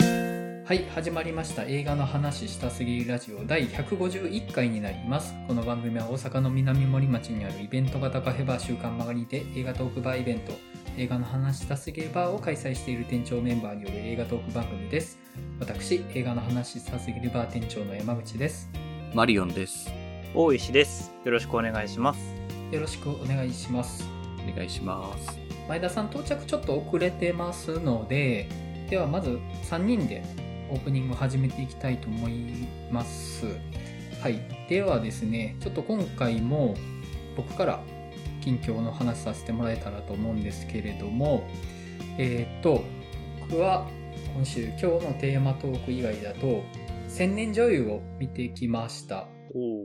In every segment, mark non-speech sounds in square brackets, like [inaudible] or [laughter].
はい始まりました映画の話したすぎラジオ第151回になりますこの番組は大阪の南森町にあるイベント型カフェバー週刊曲がりで映画トークバーイベント映画の話したすぎバーを開催している店長メンバーによる映画トーク番組です私映画の話したすぎバー店長の山口ですマリオンです。大石です。よろしくお願いします。よろしくお願いしますお願いします。前田さん到着ちょっと遅れてますのでではまず3人でオープニングを始めていきたいと思いますはいではですねちょっと今回も僕から近況の話させてもらえたらと思うんですけれどもえーっと僕は今週今日のテーマトーク以外だと千年女優を見てきましたおおお。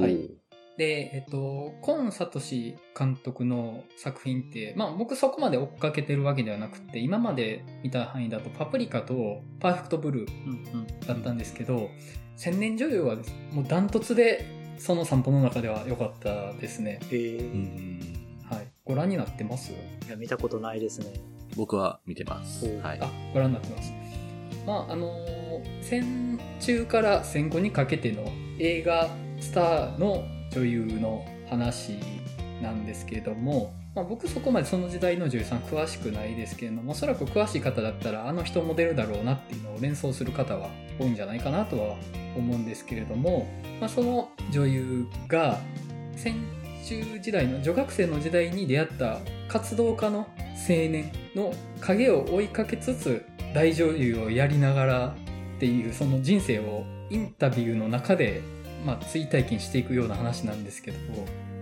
ーはいで、えっと、コン・サトシ監督の作品って、まあ僕そこまで追っかけてるわけではなくて、今まで見た範囲だとパプリカとパーフェクトブルーうんだったんですけど、千年女優はもうダントツでその散歩の中では良かったですね。うん。へえ。うーんはい。ご覧になってますいや、見たことないですね。僕は見てますお。ーはい。あ、ご覧になってます。まああのー戦中から戦後にかけての映画スターの女優の話なんですけども、まあ、僕そこまでその時代の女優さん詳しくないですけれどもおそらく詳しい方だったらあの人モデルだろうなっていうのを連想する方は多いんじゃないかなとは思うんですけれども、まあ、その女優が戦中時代の女学生の時代に出会った活動家の青年の影を追いかけつつ大女優をやりながらっていうその人生をインタビューの中で、まあ、追体験していくような話なんですけど、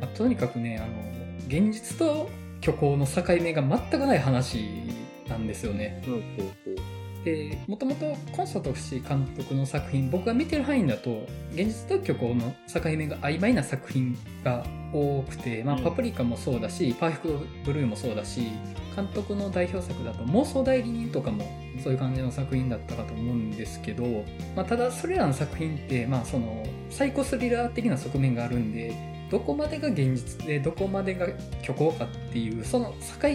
まあとにかくねあの現実と虚構の境目が全くない話なんですよね。うんうんうん。でもともとコンサートフシ監督の作品僕が見てる範囲だと現実と虚構の境目が曖昧な作品が多くて、まあ、うんパプリカもそうだし、パーフェクトブルーもそうだし監督の代表作だと妄想代理人とかもそういう感じの作品だったかと思うんですけど、まあ、ただそれらの作品って、まあ、そのサイコスリラー的な側面があるんでどこまでが現実でどこまでが虚構かっていうその境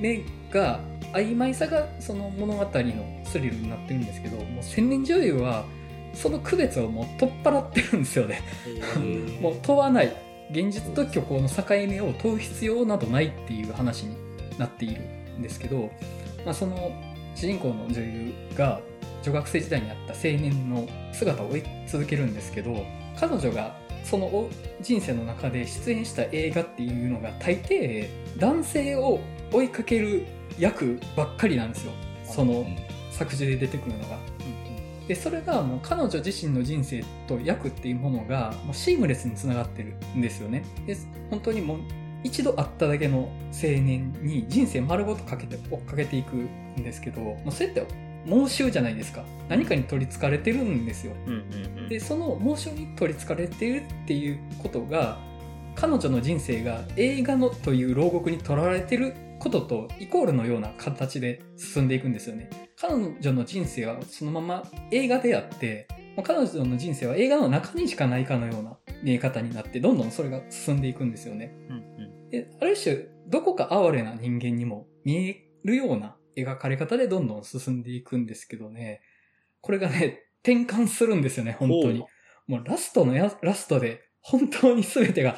目が曖昧さがその物語のスリルになってるんですけどもう千年女優はその区別をもう取っ払ってるんですよねへえもう問わない現実と虚構の境目を問う必要などないっていう話になっているんですけど、まあ、その主人公の女優が女学生時代にあった青年の姿を追い続けるんですけど彼女がその人生の中で出演した映画っていうのが大抵男性を追いかける役ばっかりなんですよその作中で出てくるのが。でそれがもう彼女自身の人生と役っていうものがもうシームレスにつながってるんですよね。で本当にもう一度会っただけの青年に人生丸ごとかけて追っかけていくんですけどもうそれって妄執じゃないですか何かに取りつかれてるんですよ。うんうんうん。でその妄想に取りつかれているっていうことが彼女の人生が映画のという牢獄にとらわれてることとイコールのような形で進んでいくんですよね彼女の人生はそのまま映画であってもう彼女の人生は映画の中にしかないかのような見え方になってどんどんそれが進んでいくんですよねうんうん。である種どこか哀れな人間にも見えるような描かれ方でどんどん進んでいくんですけどねこれがね転換するんですよね本当にもうラストのやラストで本当に全てが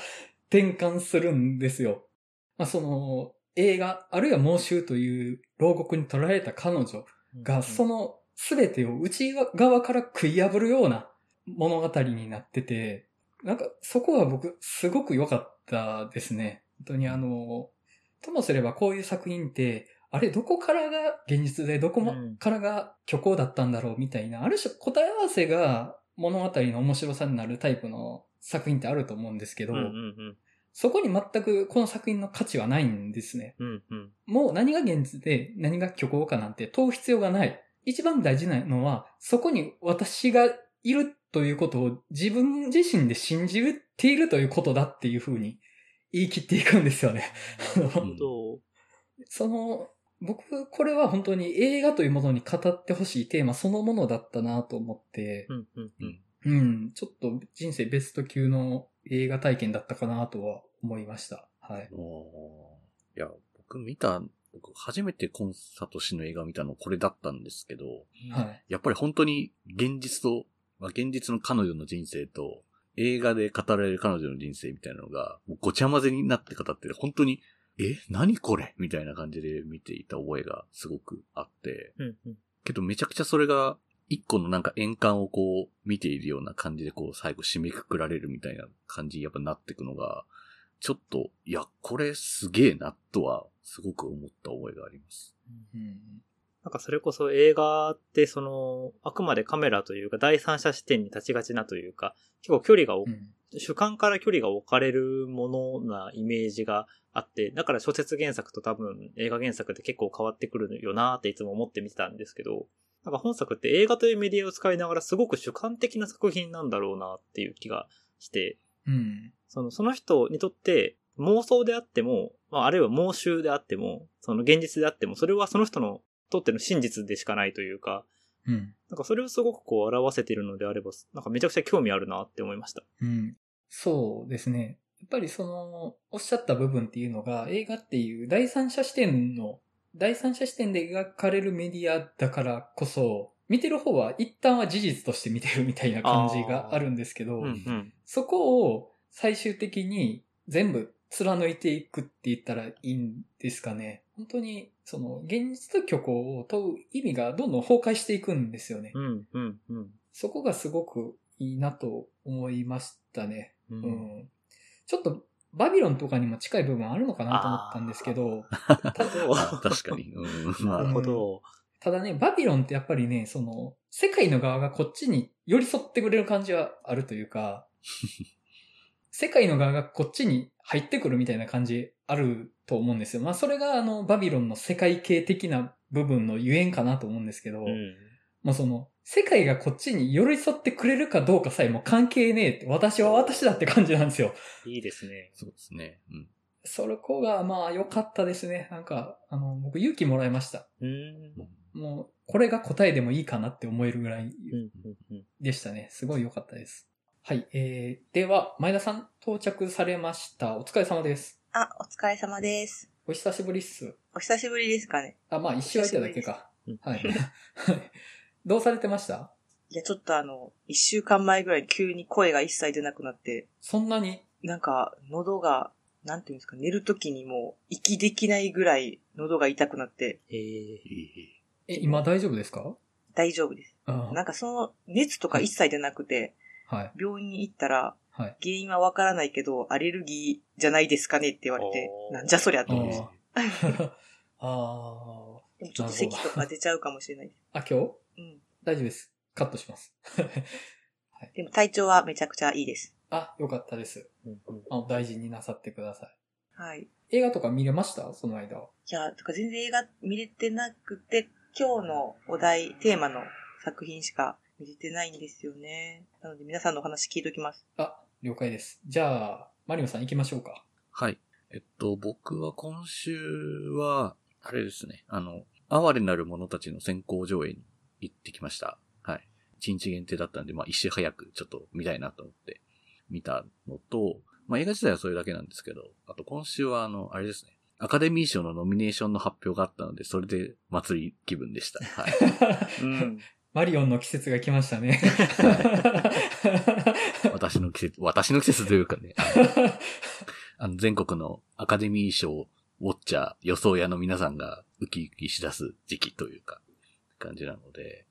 転換するんですよ。まあ、その映画、あるいは妄衆という牢獄に取られた彼女が、その全てを内側から食い破るような物語になってて、なんかそこは僕すごく良かったですね。本当にあの、ともすればこういう作品って、あれどこからが現実でどこもうんからが虚構だったんだろうみたいな、ある種答え合わせが物語の面白さになるタイプの作品ってあると思うんですけど、うんうんそこに全くこの作品の価値はないんですね。うん。うんうん。もう何が現実で何が虚構かなんて問う必要がない。一番大事なのは、そこに私がいるということを自分自身で信じているということだっていうふうに言い切っていくんですよね。 [laughs] あのうんどうその、僕、これは本当に映画というものに語ってほしいテーマそのものだったなと思って、うんうんうん。うん、ちょっと人生ベスト級の映画体験だったかなとは思いました。はい。おーいや、僕見た僕、初めてコンサート氏の映画見たのこれだったんですけど、はい。やっぱり本当に現実と、まあ、現実の彼女の人生と、映画で語られる彼女の人生みたいなのが、もうごちゃ混ぜになって語ってて、本当に、え何これみたいな感じで見ていた覚えがすごくあって、うんうん。けどめちゃくちゃそれが、一個のなんか円環をこう、見ているような感じでこう、最後締めくくられるみたいな感じにやっぱなっていくのが、ちょっと、いや、これすげえな、とは、すごく思った覚えがあります。うん。なんかそれこそ映画ってその、あくまでカメラというか第三者視点に立ちがちなというか、結構距離がうお、ん。主観から距離が置かれるものなイメージがあって、だから小説原作と多分映画原作って結構変わってくるよなーっていつも思って見てたんですけど、なんか本作って映画というメディアを使いながらすごく主観的な作品なんだろうなっていう気がして、うん。そのその人にとって妄想であっても、まあ、あるいは妄執であっても、その現実であっても、それはその人のとっての真実でしかないというか、うん。なんかそれをすごくこう表せているのであれば、なんかめちゃくちゃ興味あるなって思いました。うん。そうですね。やっぱりその、おっしゃった部分っていうのが、映画っていう第三者視点の、第三者視点で描かれるメディアだからこそ、見てる方は一旦は事実として見てるみたいな感じがあるんですけど、うんん。そこを最終的に全部貫いていくって言ったらいいんですかね。本当に、その、現実と虚構を問う意味がどんどん崩壊していくんですよね。うん、うん、うん。そこがすごくいいなと思いましたね。う、うんん。ちょっと、バビロンとかにも近い部分あるのかなと思ったんですけど、たあ確かに。うん、まなあるほど。ただね、バビロンってやっぱりね、その、世界の側がこっちに寄り添ってくれる感じはあるという [laughs] か、世界の側がこっちに入ってくるみたいな感じあると思うんですよ。まあそれがあの、バビロンの世界系的な部分のゆえんかなと思うんですけど、うん。もうその、世界がこっちに寄り添ってくれるかどうかさえもう関係ねえって、私は私だって感じなんですよ。いいですね。そうですね。うん。それこがまあ良かったですね。なんか、あの、僕勇気もらいました。うん。もう、これが答えでもいいかなって思えるぐらいうん、うん、でしたね。すごい良かったです。はい。えー、では、前田さん、到着されました。お疲れ様です。あ、お疲れ様です。お久しぶりっす。お久しぶりですかね。あ、まあ、一周空いただけかお久しぶりで。すはい。 [laughs] どうされてましたいや、ちょっとあの、一週間前ぐらいに急に声が一切出なくなって、そんなになんか、喉が、なんていうんですか、寝るときにもう、息できないぐらい喉が痛くなって、えええ、今大丈夫ですか大丈夫です。あなんかその、熱とか一切出なくて、はい。病院に行ったら、はい。原因はわからないけど、アレルギーじゃないですかねって言われて、おーなんじゃそりゃと思いました。あー [laughs] あー。でもちょっと咳とか出ちゃうかもしれない。あ、今日うん。大丈夫です。カットします。 [laughs] でも体調はめちゃくちゃいいです。あ、よかったです。うんうんあ大事になさってくださはい。い。映画とか見れましたその間は。いや、とか全然映画見れてなくて、今日のお題、テーマの作品しか見れてないんですよね。なので皆さんのお話聞いときます。あ、了解です。じゃあ、マリオさん行きましょうか。はい。えっと、僕は今週は、あれですね、あの、哀れなる者たちの先行上映に行ってきました。はい。一日限定だったんで、まあ一周早くちょっと見たいなと思って見たのと、まあ映画自体はそれだけなんですけど、あと今週はあの、あれですね、アカデミー賞のノミネーションの発表があったので、それで祭り気分でした。はい。うん。マリオンの季節が来ました [laughs] ね。私の季節、私の季節というかね、あの、全国のアカデミー賞、ウォッチャー、予想屋の皆さんがウキウキしだす時期というか、感じなので、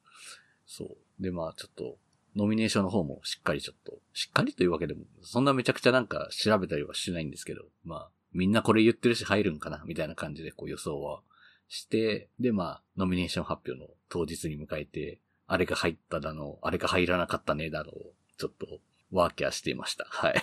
そう。で、まあ、ちょっと、ノミネーションの方もしっかりちょっと、しっかりというわけでも、そんなめちゃくちゃなんか調べたりはしないんですけど、まあ、みんなこれ言ってるし入るんかな、みたいな感じでこう予想はして、で、まあ、ノミネーション発表の当日に迎えて、あれが入っただの、あれが入らなかったねだの、ちょっと、ワーキャーしていました。はい。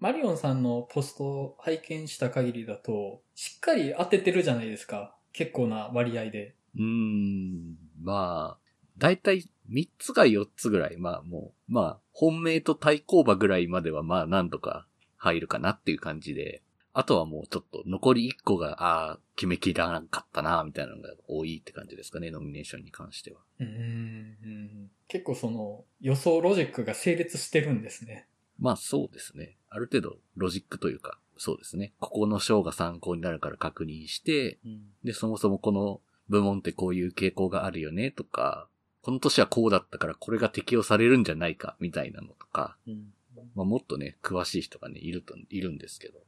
マリオンさんのポストを拝見した限りだと、しっかり当ててるじゃないですか。結構な割合で。うーん、まあ、だいたい3つか4つぐらい、まあもう、まあ、本命と対抗馬ぐらいまではまあなんとか入るかなっていう感じで、あとはもうちょっと残り1個が、ああ、決めきらなかったな、みたいなのが多いって感じですかね、ノミネーションに関しては。うーん。結構その予想ロジックが成立してるんですね。まあそうですね。ある程度ロジックというか、そうですね。ここの章が参考になるから確認して、うん。で、そもそもこの部門ってこういう傾向があるよねとか、この年はこうだったからこれが適用されるんじゃないかみたいなのとか、うん。まあ、もっとね、詳しい人がね、いると、いるんですけど、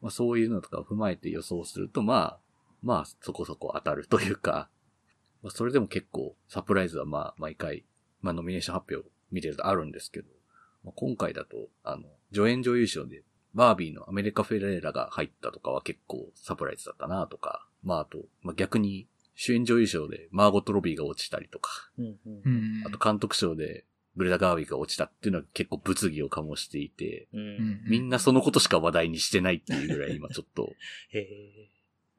まあ、そういうのとかを踏まえて予想すると、まあ、まあ、そこそこ当たるというか、まあ、それでも結構サプライズはまあ、毎回、まあ、ノミネーション発表見てるとあるんですけど、まあ、今回だと、あの、助演女優賞で、バービーのアメリカ・フェレーラが入ったとかは結構サプライズだったなとか、まあ、あと、まあ、逆に、主演女優賞でマーゴット・ロビーが落ちたりとか、うん。ううん。ん。あと監督賞でグレタ・ガーウィが落ちたっていうのは結構物議を醸していて、う。うんん、みんなそのことしか話題にしてないっていうぐらい今ちょっと、へえ。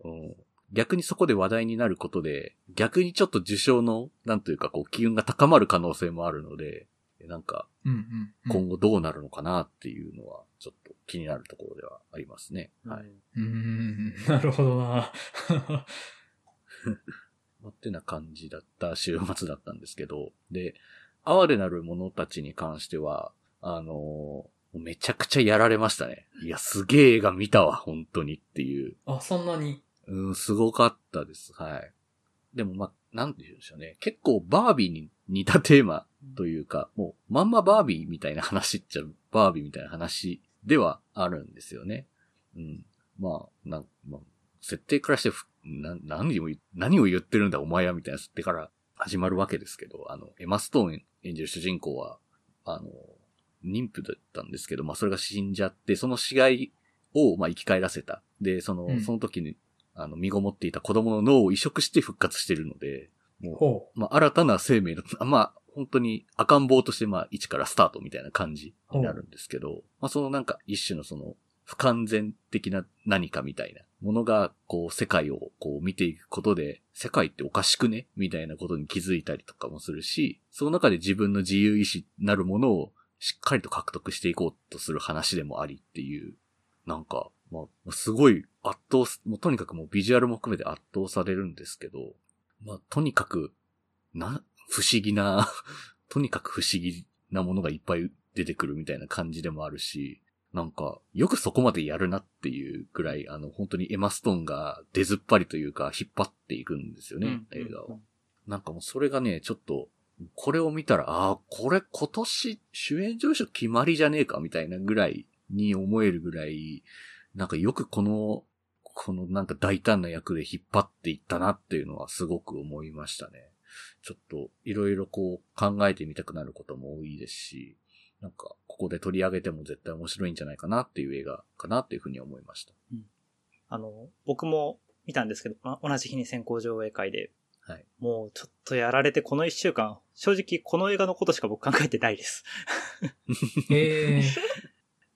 うん逆にそこで話題になることで、逆にちょっと受賞の、なんというかこう、機運が高まる可能性もあるので、なんかうんうんうん今後どうなるのかなっていうのは、ちょっと気になるところではありますね。はい。い。うーん、なるほどな。 [laughs] まあってな感じだった週末だったんですけど、で、哀れなる者たちに関しては、あのーもうめちゃくちゃやられましたね。いや、すげえ映画見たわ、本当にっていう。あ、そんなに。うん、すごかったです。はい。でも、まあ、なんて言うんでしょうね。結構、バービーに似たテーマというか、もう、まんまバービーみたいな話っちゃ、バービーみたいな話ではあるんですよね。うん。まあ、なん、まあ、設定からしてふ、な、何を言、何を言ってるんだお前はみたいな設定から始まるわけですけど、あの、エマ・ストーン演じる主人公は、あの、妊婦だったんですけど、まあ、それが死んじゃって、その死骸を、まあ、生き返らせた。で、その、うんその時に、あの、身ごもっていた子供の脳を移植して復活してるので、もう、ほまあ、新たな生命の、あまあ、本当に赤ん坊として、まあ、一からスタートみたいな感じになるんですけど、まあ、そのなんか一種のその、不完全的な何かみたいなものが、こう、世界をこう見ていくことで、世界っておかしくねみたいなことに気づいたりとかもするし、その中で自分の自由意志なるものをしっかりと獲得していこうとする話でもありっていう、なんか、まあ、すごい圧倒す、もうとにかくもうビジュアルも含めて圧倒されるんですけど、まあ、とにかく、な、不思議な、 [laughs] とにかく不思議なものがいっぱい出てくるみたいな感じでもあるし、なんか、よくそこまでやるなっていうぐらい、あの、本当にエマストーンが出ずっぱりというか、引っ張っていくんですよね、うん映画を。なんかもうそれがね、ちょっと、これを見たら、ああ、これ今年主演上昇決まりじゃねえかみたいなぐらいに思えるぐらい、なんかよくこの、このなんか大胆な役で引っ張っていったなっていうのはすごく思いましたね。ちょっといろいろこう考えてみたくなることも多いですし、なんかここで取り上げても絶対面白いんじゃないかなっていう映画かなっていうふうに思いました。あの、僕も見たんですけど、ま同じ日に先行上映会で、はい。もうちょっとやられてこの一週間、正直この映画のことしか僕考えてないです。う。ええっ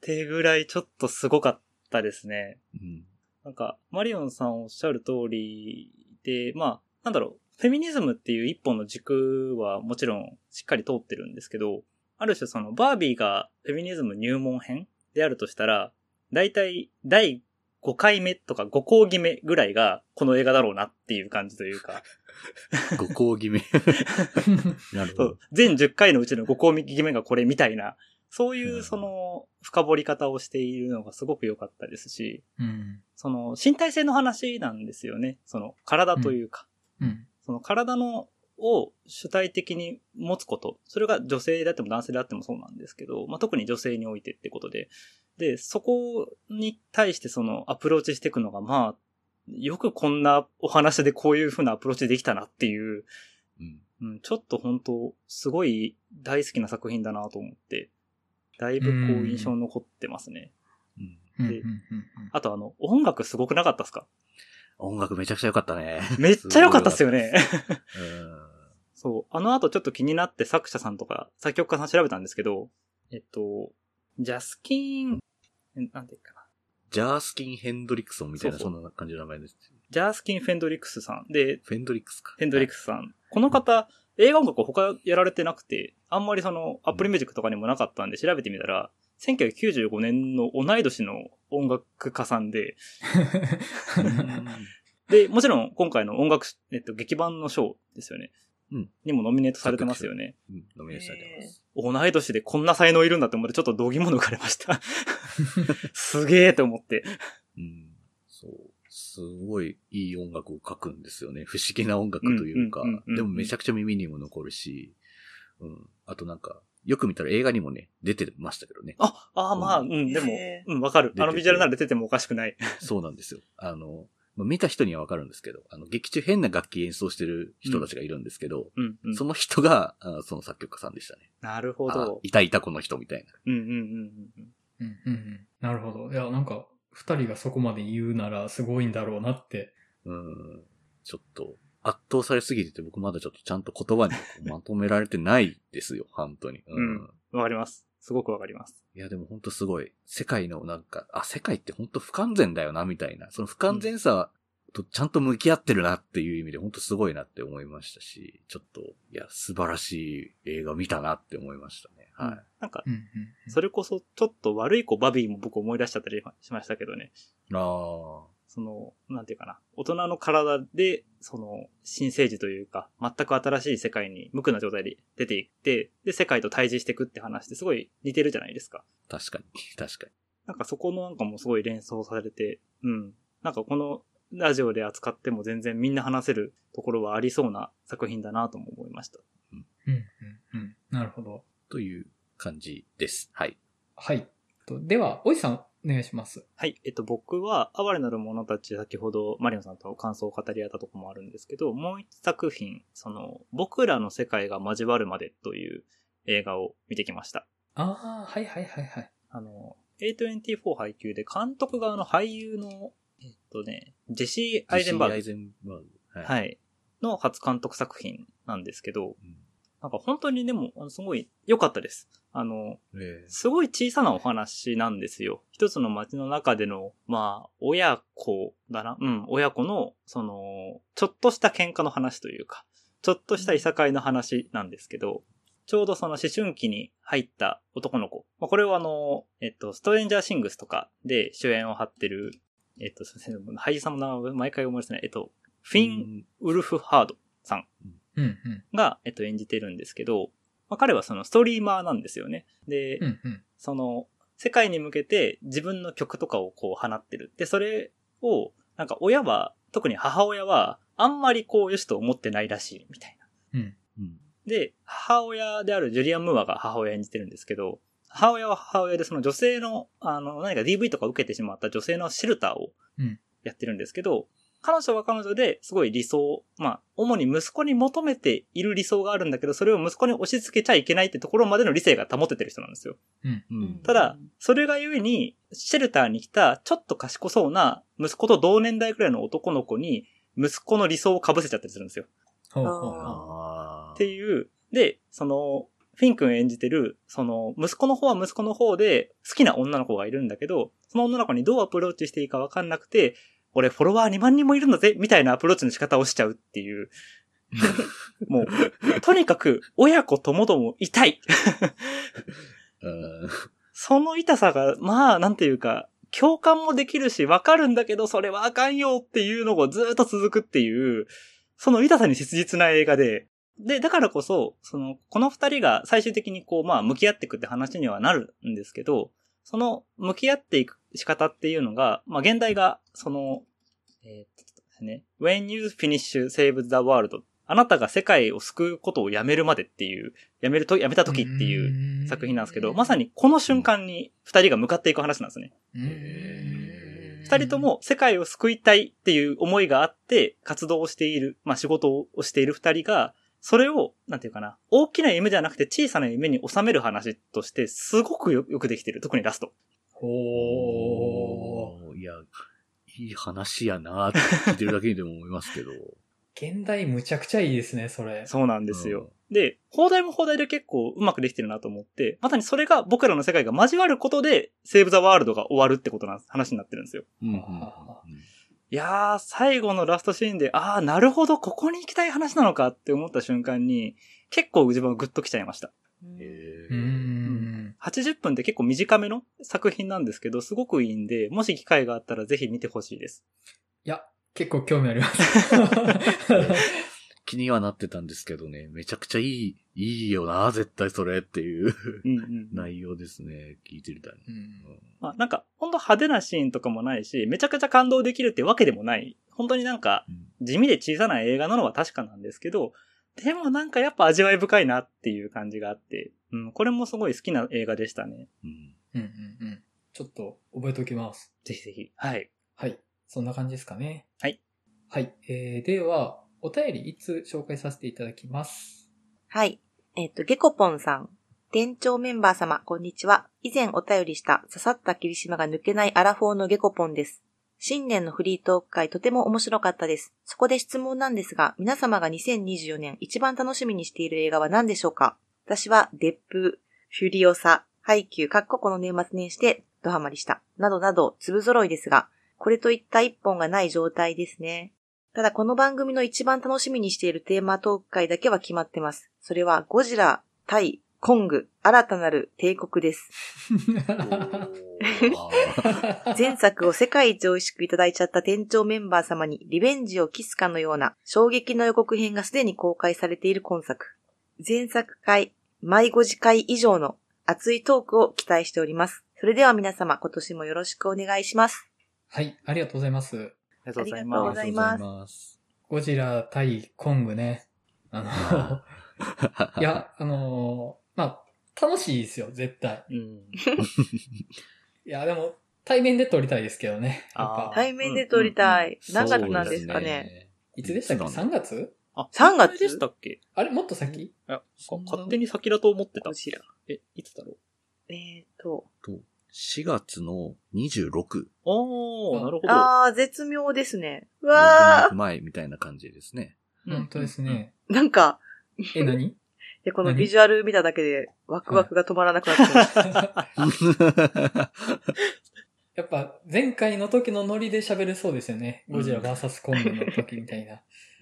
てぐらいちょっとすごかったですね。うん。なんか、マリオンさんおっしゃる通りで、まあ、なんだろう、フェミニズムっていう一本の軸はもちろんしっかり通ってるんですけど、ある種そのバービーがフェミニズム入門編であるとしたら、大体第5回目とか5講義目ぐらいがこの映画だろうなっていう感じという [laughs] か、ご講義め。 [laughs] なるほそど。う全10回のうちの5講義目がこれみたいな、そういううんその深掘り方をしているのがすごく良かったですし、うん。その身体性の話なんですよね。その体というか、うん。その体のを主体的に持つこと。それが女性であっても男性であってもそうなんですけど、まあ、特に女性においてってことで。で、そこに対してそのアプローチしていくのが、まあ、よくこんなお話でこういう風なアプローチできたなっていう、うん。うん、ちょっと本当すごい大好きな作品だなと思って、だいぶこう印象に残ってますね。うん。うん。でうんうんあとあの、音楽すごくなかったですか音楽めちゃくちゃ良かったね。めっちゃ良かったっすよね。うん。そう。あの後ちょっと気になって作者さんとか、作曲家さん調べたんですけど、えっと、ジャスキン、えなんていうかな。ジャースキン・ヘンドリクソンみたいな、そそうそうんな感じの名前です。ジャースキン・フェンドリックスさんで、フェンドリックスか。フェンドリックスさん。この方、映画音楽を他やられてなくて、あんまりその、アップルミュージックとかにもなかったんで調べてみたら、1995年の同い年の音楽家さんで、はい。うんで、もちろん今回の音楽、えっと、劇版のショーですよね。うんにもノミネートされてますよね。うん、ノミネートされてます。同い年でこんな才能いるんだって思ってちょっと度肝抜かれ [laughs] ました。すげえと思って。うん。そう。すごいいい音楽を書くんですよね。不思議な音楽というかうんうんうんうんう、ん。でもめちゃくちゃ耳にも残るし、うん。あとなんか、よく見たら映画にもね、出てましたけどねあ、ああ、まあ、うん、でもへ、うん、わかる出。ててあのビジュアルなら出ててもおかしくない。そうなんですよ。あの、まあ見た人にはわかるんですけど、あの、劇中変な楽器演奏してる人たちがいるんですけど、うん、うんそ。の人が、あその作曲家さんでしたね。なるほあど、。いたいたこの人みたいな。うん、うん、うんうん。うんうんうん。なるほど。いや、なんか、二人がそこまで言うならすごいんだろうなって。うん。ちょっと、圧倒されすぎてて、僕まだちょっとちゃんと言葉にこうまとめられてないですよ、本当に。うんわかります。すごくわかります。いや、でもほんとすごい。世界のなんか、あ、世界ってほんと不完全だよな、みたいな。その不完全さとちゃんと向き合ってるなっていう意味でほんとすごいなって思いましたし、ちょっと、いや、素晴らしい映画見たなって思いましたね。はい。なんかう、んうんうん。それこそ、ちょっと悪い子バビーも僕思い出しちゃったりしましたけどね。ああ、その、なんていうかな。大人の体で、その、新生児というか、全く新しい世界に無垢な状態で出ていって、で、世界と対峙していくって話ってすごい似てるじゃないですか。確かに、確かに。なんかそこのなんかもすごい連想されて、うん。なんかこのラジオで扱っても全然みんな話せるところはありそうな作品だなとも思いました。うんうんうん。なるほど。という感じです。はい。はい。とでは、おじさん、お願いします。はい。えっと、僕は、哀れなる者たち、先ほどマリオンさんと感想を語り合ったとこもあるんですけど、もう一作品、その、僕らの世界が交わるまでという映画を見てきました。ああ、はいはいはいはい。あの、A24 配給で監督側の俳優の、えっとね、ジェシー・アイゼンバージェシーアグイ。ゼンバーグ。ははい。の初監督作品なんですけど、うんなんか本当にでも、あのすごい良かったです。あの、ええすごい小さなお話なんですよ。一つの街の中での、まあ、親子だな。うん、親子の、その、ちょっとした喧嘩の話というか、ちょっとしたいさかいの話なんですけど、ちょうどその思春期に入った男の子。まあ、これはあの、えっと、ストレンジャーシングスとかで主演を張ってる、えっと、すいません俳優さんの名前毎回思い出せない。えっと、フィン・ウルフ・ハードさんうんうん。が、えっと、演じてるんですけど、まあ、彼はそのストリーマーなんですよね。で、うんうん。その、世界に向けて自分の曲とかをこう放ってる。で、それを、なんか親は、特に母親は、あんまりこう、よしと思ってないらしい、みたいな。うん。うん。で、母親であるジュリアン・ムーアが母親演じてるんですけど、母親は母親でその女性の、あの、何か DV とか受けてしまった女性のシェルターをうんやってるんですけど、彼女は彼女ですごい理想、まあ、主に息子に求めている理想があるんだけど、それを息子に押し付けちゃいけないってところまでの理性が保ててる人なんですよ。うん。ただ、それがゆえに、シェルターに来た、ちょっと賢そうな、息子と同年代くらいの男の子に、息子の理想を被せちゃったりするんですよ。ほうほうほう。ああ。っていう、で、その、フィン君演じてる、その、息子の方は息子の方で、好きな女の子がいるんだけど、その女の子にどうアプローチしていいかわかんなくて、俺フォロワー2万人もいるんだぜみたいなアプローチの仕方をしちゃうっていう。もう、とにかく、親子ともども痛い [laughs] うん。その痛さが、まあ、なんていうか、共感もできるし、わかるんだけど、それはあかんよっていうのがずっと続くっていう、その痛さに切実な映画で、で、だからこそ、その、この二人が最終的にこう、まあ、向き合っていくって話にはなるんですけど、その、向き合っていく仕方っていうのが、まあ、現代が、その、えーちょっとね、When you finish save the world あなたが世界を救うことをやめるまでっていう、やめると、やめた時っていうう作品なんですけど、まさにこの瞬間に二人が向かっていく話なんですね。にへー二人と、も世界を救いたいっていう思いがあって活動をしている、まあ仕事をしている二人が、それを、なんていうかな、大きな夢じゃなくて小さな夢に収める話として、すごくよよくできてる。特にラスト。ほう。おーいや、いい話やなーって聞いてるだけにでも思いますけど。現代むちゃくちゃいいですね、それ。そうなんですよ。で、放題も放題で結構うまくできてるなと思って、まさにそれが僕らの世界が交わることで、セーブ・ザ・ワールドが終わるってことな話になってるんですよ。 [laughs] うんうんうんあいやー、最後のラストシーンで、あー、なるほど、ここに行きたい話なのかって思った瞬間に、結構自分はグッときちゃいました。うん。へうーーん。 80分って結構短めの作品なんですけど、すごくいいんで、もし機会があったらぜひ見てほしいです。 [laughs] いや、結構興味あります。気にはなってたんですけどね、めちゃくちゃいい、いいよな、絶対それっていう [laughs] うんうん。内容ですね、聞いてるだね。うん。まあなんか、ほんと派手なシーンとかもないし、めちゃくちゃ感動できるってわけでもない。本当になんか、うん地味で小さな映画なのは確かなんですけど、でもなんかやっぱ味わい深いなっていう感じがあって、うん、これもすごい好きな映画でしたね。 [laughs] うん。うんうんうん。ちょっと覚えておきます。ぜひぜひ。はい。はい。そんな感じですかね。はい。はい。えー、では、お便り一通紹介させていただきます。はい。えっ、と、ゲコポンさん。店長メンバー様、こんにちは。以前お便りした刺さった霧島が抜けないアラフォーのゲコポンです。新年のフリートーク会とても面白かったです。そこで質問なんですが、皆様が2024年一番楽しみにしている映画は何でしょうか私は、デップ、フュリオサ、ハイキュー、かっここの年末年始でドハマりした。などなど、粒揃いですが、これといった一本がない状態ですね。ただこの番組の一番楽しみにしているテーマトーク会だけは決まってます。それはゴジラ対コング新たなる帝国です。 [laughs] あー前作を世界一美味しくいただいちゃった店長メンバー様にリベンジを期すかのような衝撃の予告編がすでに公開されている今作。前作会、毎5次会以上の熱いトークを期待しております。それでは皆様今年もよろしくお願いします。 [laughs] はい。ありがとうございます。ありがとうございありがとうまごすざ。いますありがとうございます。ゴジラ対コングね。あの、いや、あのーまあ、楽しいですよ、絶対。うん。いや、でも、対面で撮りたいですけどね。やっあぱ。対面で撮りたい。そう何月なんですかね。いつでしたっけいつな ?3 月あ、 3月でしたっけあれもっと先いやそんな勝手に先だと思ってたゴ。ジラ。え、いつだろうえーと。と4月の26。おあー、なるほど。ああ、絶妙ですね。うゴールデンウィーわク前みたいな感じです [laughs] ね。うん本当ですね。ーなんか、え、何でこの何ビジュアル見ただけでワクワクが止まらなくなっちゃいまし [laughs] た。やっぱ、前回の時のノリで喋れそうですよね。ゴジラ VS コングの時みたいな。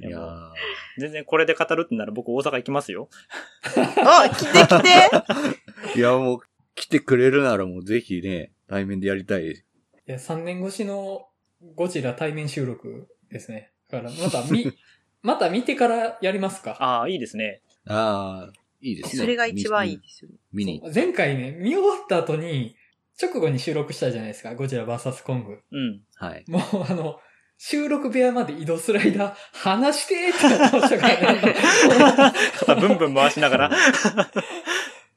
いやー全然これで語るってなら僕大阪行きますよ。あ、来て来ていや、もう、来てくれるならもうぜひね、対面でやりたい。いや、3年越しのゴジラ対面収録ですね。だから、また見、また見てからやりますか。ああ、いいですね。ああ、いいですね。 [laughs] それが一番いいですよね。見に。見に前回ね、見終わった後に、直後に収録したじゃないですか。ゴジラ VS コング。うん。はい。もう、あの、収録部屋まで移動する間、話してーってなってましたからね。 [laughs] 肩ブンブン回しながら。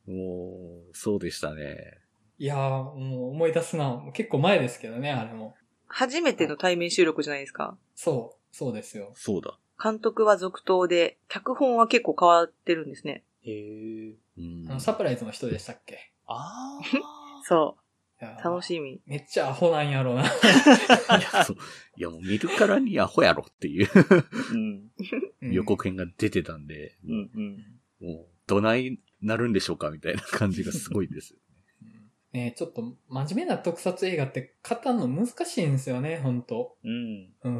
もう、そうでしたね。いやー、もう思い出すな。結構前ですけどね、あれも。初めての対面収録じゃないですか。そう、そうですよ。そうだ。監督は続投で、脚本は結構変わってるんですね。へえ。うんあの、サプライズの人でしたっけあそいやう。ー楽しみ。めっちゃアホなんやろうな。いや、そう。いや、もう見るからにアホやろっていうあ。うん。うん予告編が出てたんで、うんうん。もう、どないなるんでしょうかみたいな感じがすご [laughs] いです。ねちょっと真面目な特撮映画って語るの難しいんですよね、ほんと。うん。う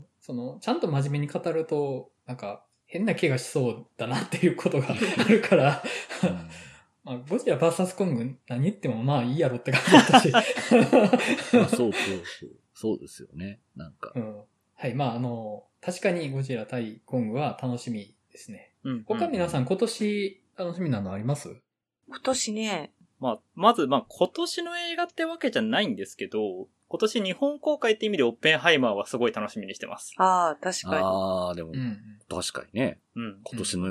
ん。その、ちゃんと真面目に語ると、なんか、変な怪我しそうだなっていうことがあるから、うんまあ、ゴジラ VS コング何言ってもまあいいやろって感じだったし。ま [laughs] あそうそうそう。そうですよね。なんかう。ん。はい、まああの、確かにゴジラ対コングは楽しみですね。うん。他皆さん今年楽しみなのあります今年ね、まあ、まず、まあ、今年の映画ってわけじゃないんですけど、今年日本公開って意味でオッペンハイマーはすごい楽しみにしてます。ああ、確かに。ああ、でうも、ん。確かにね。うん。今年の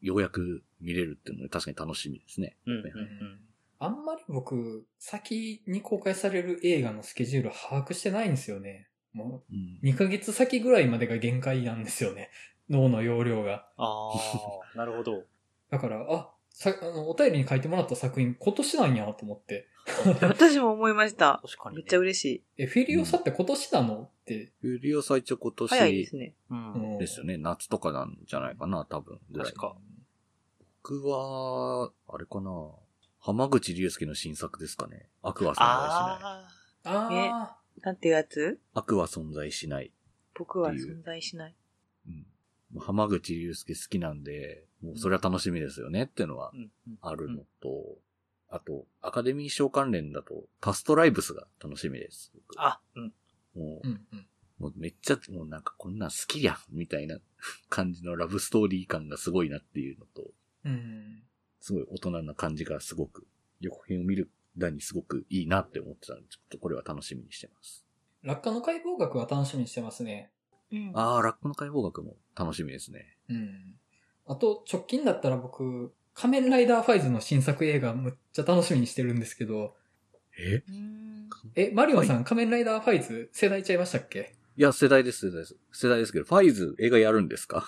ようやく見れるっていうのは確かに楽しみですね。うん。うん。あんまり僕、先に公開される映画のスケジュール把握してないんですよね。もうんう、2ヶ月先ぐらいまでが限界なんですよね。 [laughs] 脳の容量が。ああ、なるほど。だから、あ、さ、あの、お便りに書いてもらった作品今年なんやと思って。私も思いました。確かに、めっちゃ嬉しい。え、フィリオサって今年なの、って。フュリオ最長今年早いですね。う。うんんですよね。夏とかなんじゃないかな、多分。ぐらい確か。僕は、あれかな。浜口竜介の新作ですかね。悪は存在しない。ああ。あねあ、なんていうやつ悪は存在しない。僕は存在しない。うん、もう浜口竜介好きなんで、もうそれは楽しみですよねっていうのはうん。あるのと、あと、アカデミー賞関連だと、パストライブスが楽しみです。僕あ、うん。もううんうん。もうめっちゃ、もうなんかこんなん好きやん、みたいな感じのラブストーリー感がすごいなっていうのと、うん。すごい大人な感じがすごく、横編を見るだにすごくいいなって思ってたんで、ちょっとこれは楽しみにしてます。落下の解剖学は楽しみにしてますね。うん。あー、ラックの解放学も楽しみですね。うん。あと、直近だったら僕、仮面ライダーファイズの新作映画むっちゃ楽しみにしてるんですけど、えうんえ、マリオさん、仮面ライダーファイズ世代ちゃいましたっけいや、世代です、世代です。世代ですけど、ファイズ映画やるんですか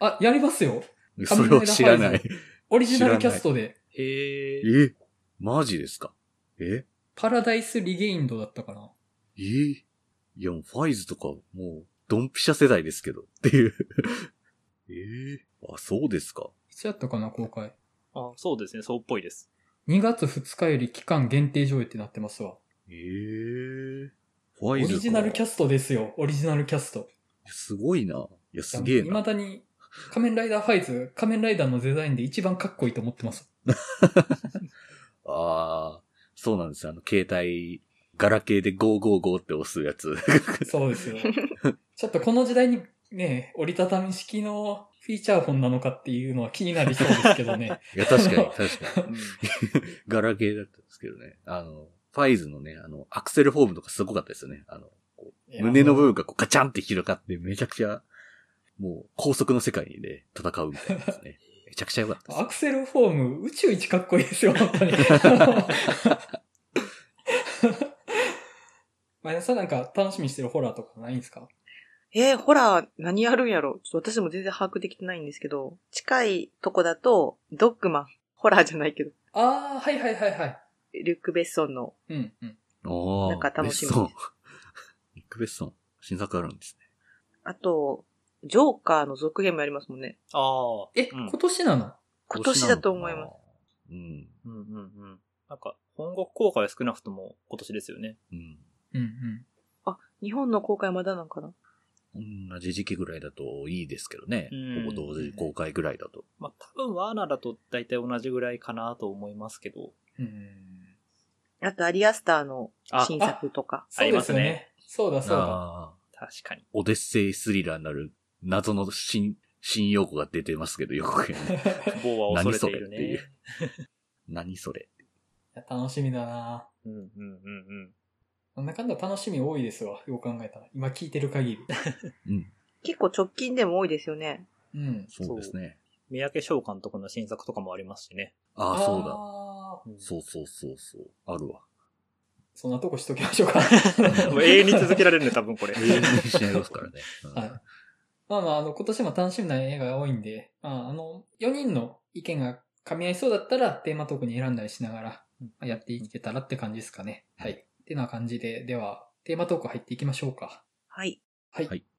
あ、やりますよ。それを知らない。オリジナルキャストで、へえ。えマジですかえパラダイスリゲインドだったかな。えいや、もうファイズとか、もう、ドンピシャ世代ですけど、っていう。え [laughs] えあ、そうですか。いつやったかな、公開。あ、そうですね。そうっぽいです。 2月2日より期間限定上映ってなってますわ。ええフオァイズか。リジナルキャストですよ、オリジナルキャスト。すごいな。いや、すげえな未。だに、仮面ライダーファイズ、仮面ライダーのデザインで一番かっこいいと思ってます。ああ、そうなんですよ。あの、携帯、ガラケーで555って押すやつ。 [laughs] そうですよ。ちょっとこの時代にね、折りたたみ式のフィーチャーフォンなのかっていうのは気になりそうですけど [laughs] ね。いや、確か [laughs] に、確かに。ガラケーだったんですけどね。あの、ファイズのね、あの、アクセルフォームとかすごかったですよね。あの、こう胸の部分がこうガチャンって広がって、めちゃくちゃ、もう、高速の世界で、戦うみたいなですね。 [laughs] めちゃくちゃ良かったですアクセルフォーム、宇宙一かっこいいです [laughs] よ、本当に。 [laughs] 前田さんなんか楽しみにしてるホラーとかないんですかえー、ホラー何やるんやろちょっと私も全然把握できてないんですけど、近いとこだと、ドッグマン。ホラーじゃないけど、ああ、はいはいはいはい。リュック・ベッソンの。うん、うん。おーなんか楽しみです [laughs] ベッソンニック・ベッソン、新作あるんですね。あと、ジョーカーの続編もやりますもんね。ああ。え、うん今年なの今年だと思いま今年す。なのかうんうんうん。なんか、本国公開は少なくとも今年ですよね。な。うん。うんうん。あ、日本の公開まだなんかなうん。同じ時期ぐらいだといいですけどね。うんほぼ同時公開ぐらいだと。まあ、多分ワーナーだと大体同じぐらいかなと思いますけど。うんあと、アリアスターのあ、新作とか。そうですよありますね。そうだそうだ。ああ。確かに。 [laughs] オデッセイスリラーになる謎の新、新用語が出てますけど、予告編 [laughs] に某は恐れてい何それるねって。何それいや楽しみだなうんうんうんうなん。んだかんだ楽しみ多いですわ。よう考えたら。今聞いてる限り。うん。結構直近でも多いですよね。うん。そうですね。三宅翔監督の新作とかもありますしね。ああ、そうだ。だ。うんそうそうそうそう。あるわ。そんなとこしときましょうか。 [laughs] もう永遠に続けられるね、多分これ。 [laughs] 永遠にしないですからね。うんはい。まあまあ、あの、今年も楽しみな映画が多いんで、まあ、あの、4人の意見が噛み合いそうだったら、テーマトークに選んだりしながら、まあやっていけたらって感じですかね。はい。ってな感じで、では、テーマトーク入っていきましょうか。はい。はい。はい